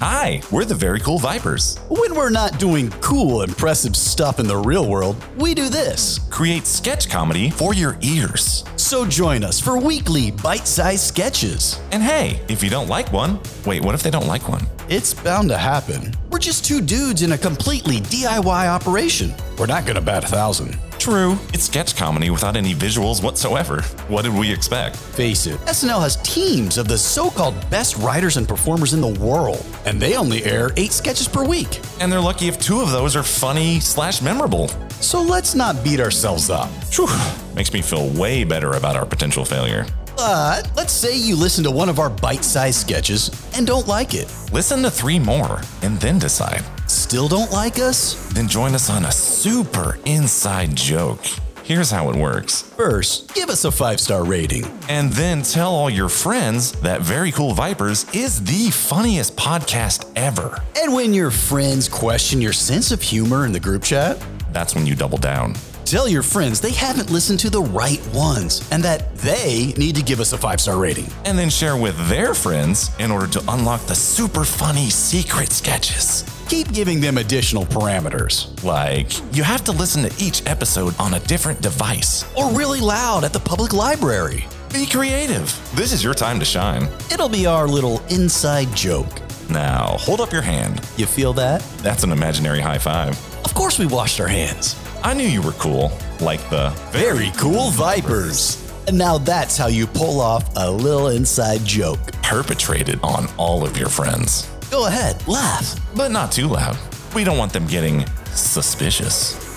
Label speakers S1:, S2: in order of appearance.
S1: Hi, we're the Very Cool Vipers.
S2: When we're not doing cool, impressive stuff in the real world, we do this.
S1: Create sketch comedy for your ears.
S2: So join us for weekly bite sized sketches.
S1: And hey, if you don't like one, wait, what if they don't like one?
S2: It's bound to happen. We're just two dudes in a completely DIY operation. We're not going to bat a thousand.
S1: True, it's sketch comedy without any visuals whatsoever. What did we expect?
S2: Face it, SNL has teams of the so called best writers and performers in the world, and they only air eight sketches per week.
S1: And they're lucky if two of those are funny slash memorable.
S2: So let's not beat ourselves up.
S1: Phew, makes me feel way better about our potential failure.
S2: But let's say you listen to one of our bite sized sketches and don't like it.
S1: Listen to three more and then decide.
S2: Still don't like us?
S1: Then join us on a super inside joke. Here's how it works.
S2: First, give us a five star rating.
S1: And then tell all your friends that Very Cool Vipers is the funniest podcast ever.
S2: And when your friends question your sense of humor in the group chat,
S1: That's when you double down.
S2: Tell your friends they haven't listened to the right ones and that they need to give us a five star rating.
S1: And then share with their friends in order to unlock the super funny secret sketches.
S2: Keep giving them additional parameters.
S1: Like, you have to listen to each episode on a different device.
S2: Or really loud at the public library.
S1: Be creative. This is your time to shine.
S2: It'll be our little inside joke.
S1: Now, hold up your hand.
S2: You feel that?
S1: That's an imaginary high five.
S2: Of course, we washed our hands.
S1: I knew you were cool, like the
S2: Very cool Vipers. And now that's how you pull off a little inside joke.
S1: perpetrated on all of your friends.
S2: Go ahead, laugh.
S1: But not too loud. We don't want them getting suspicious.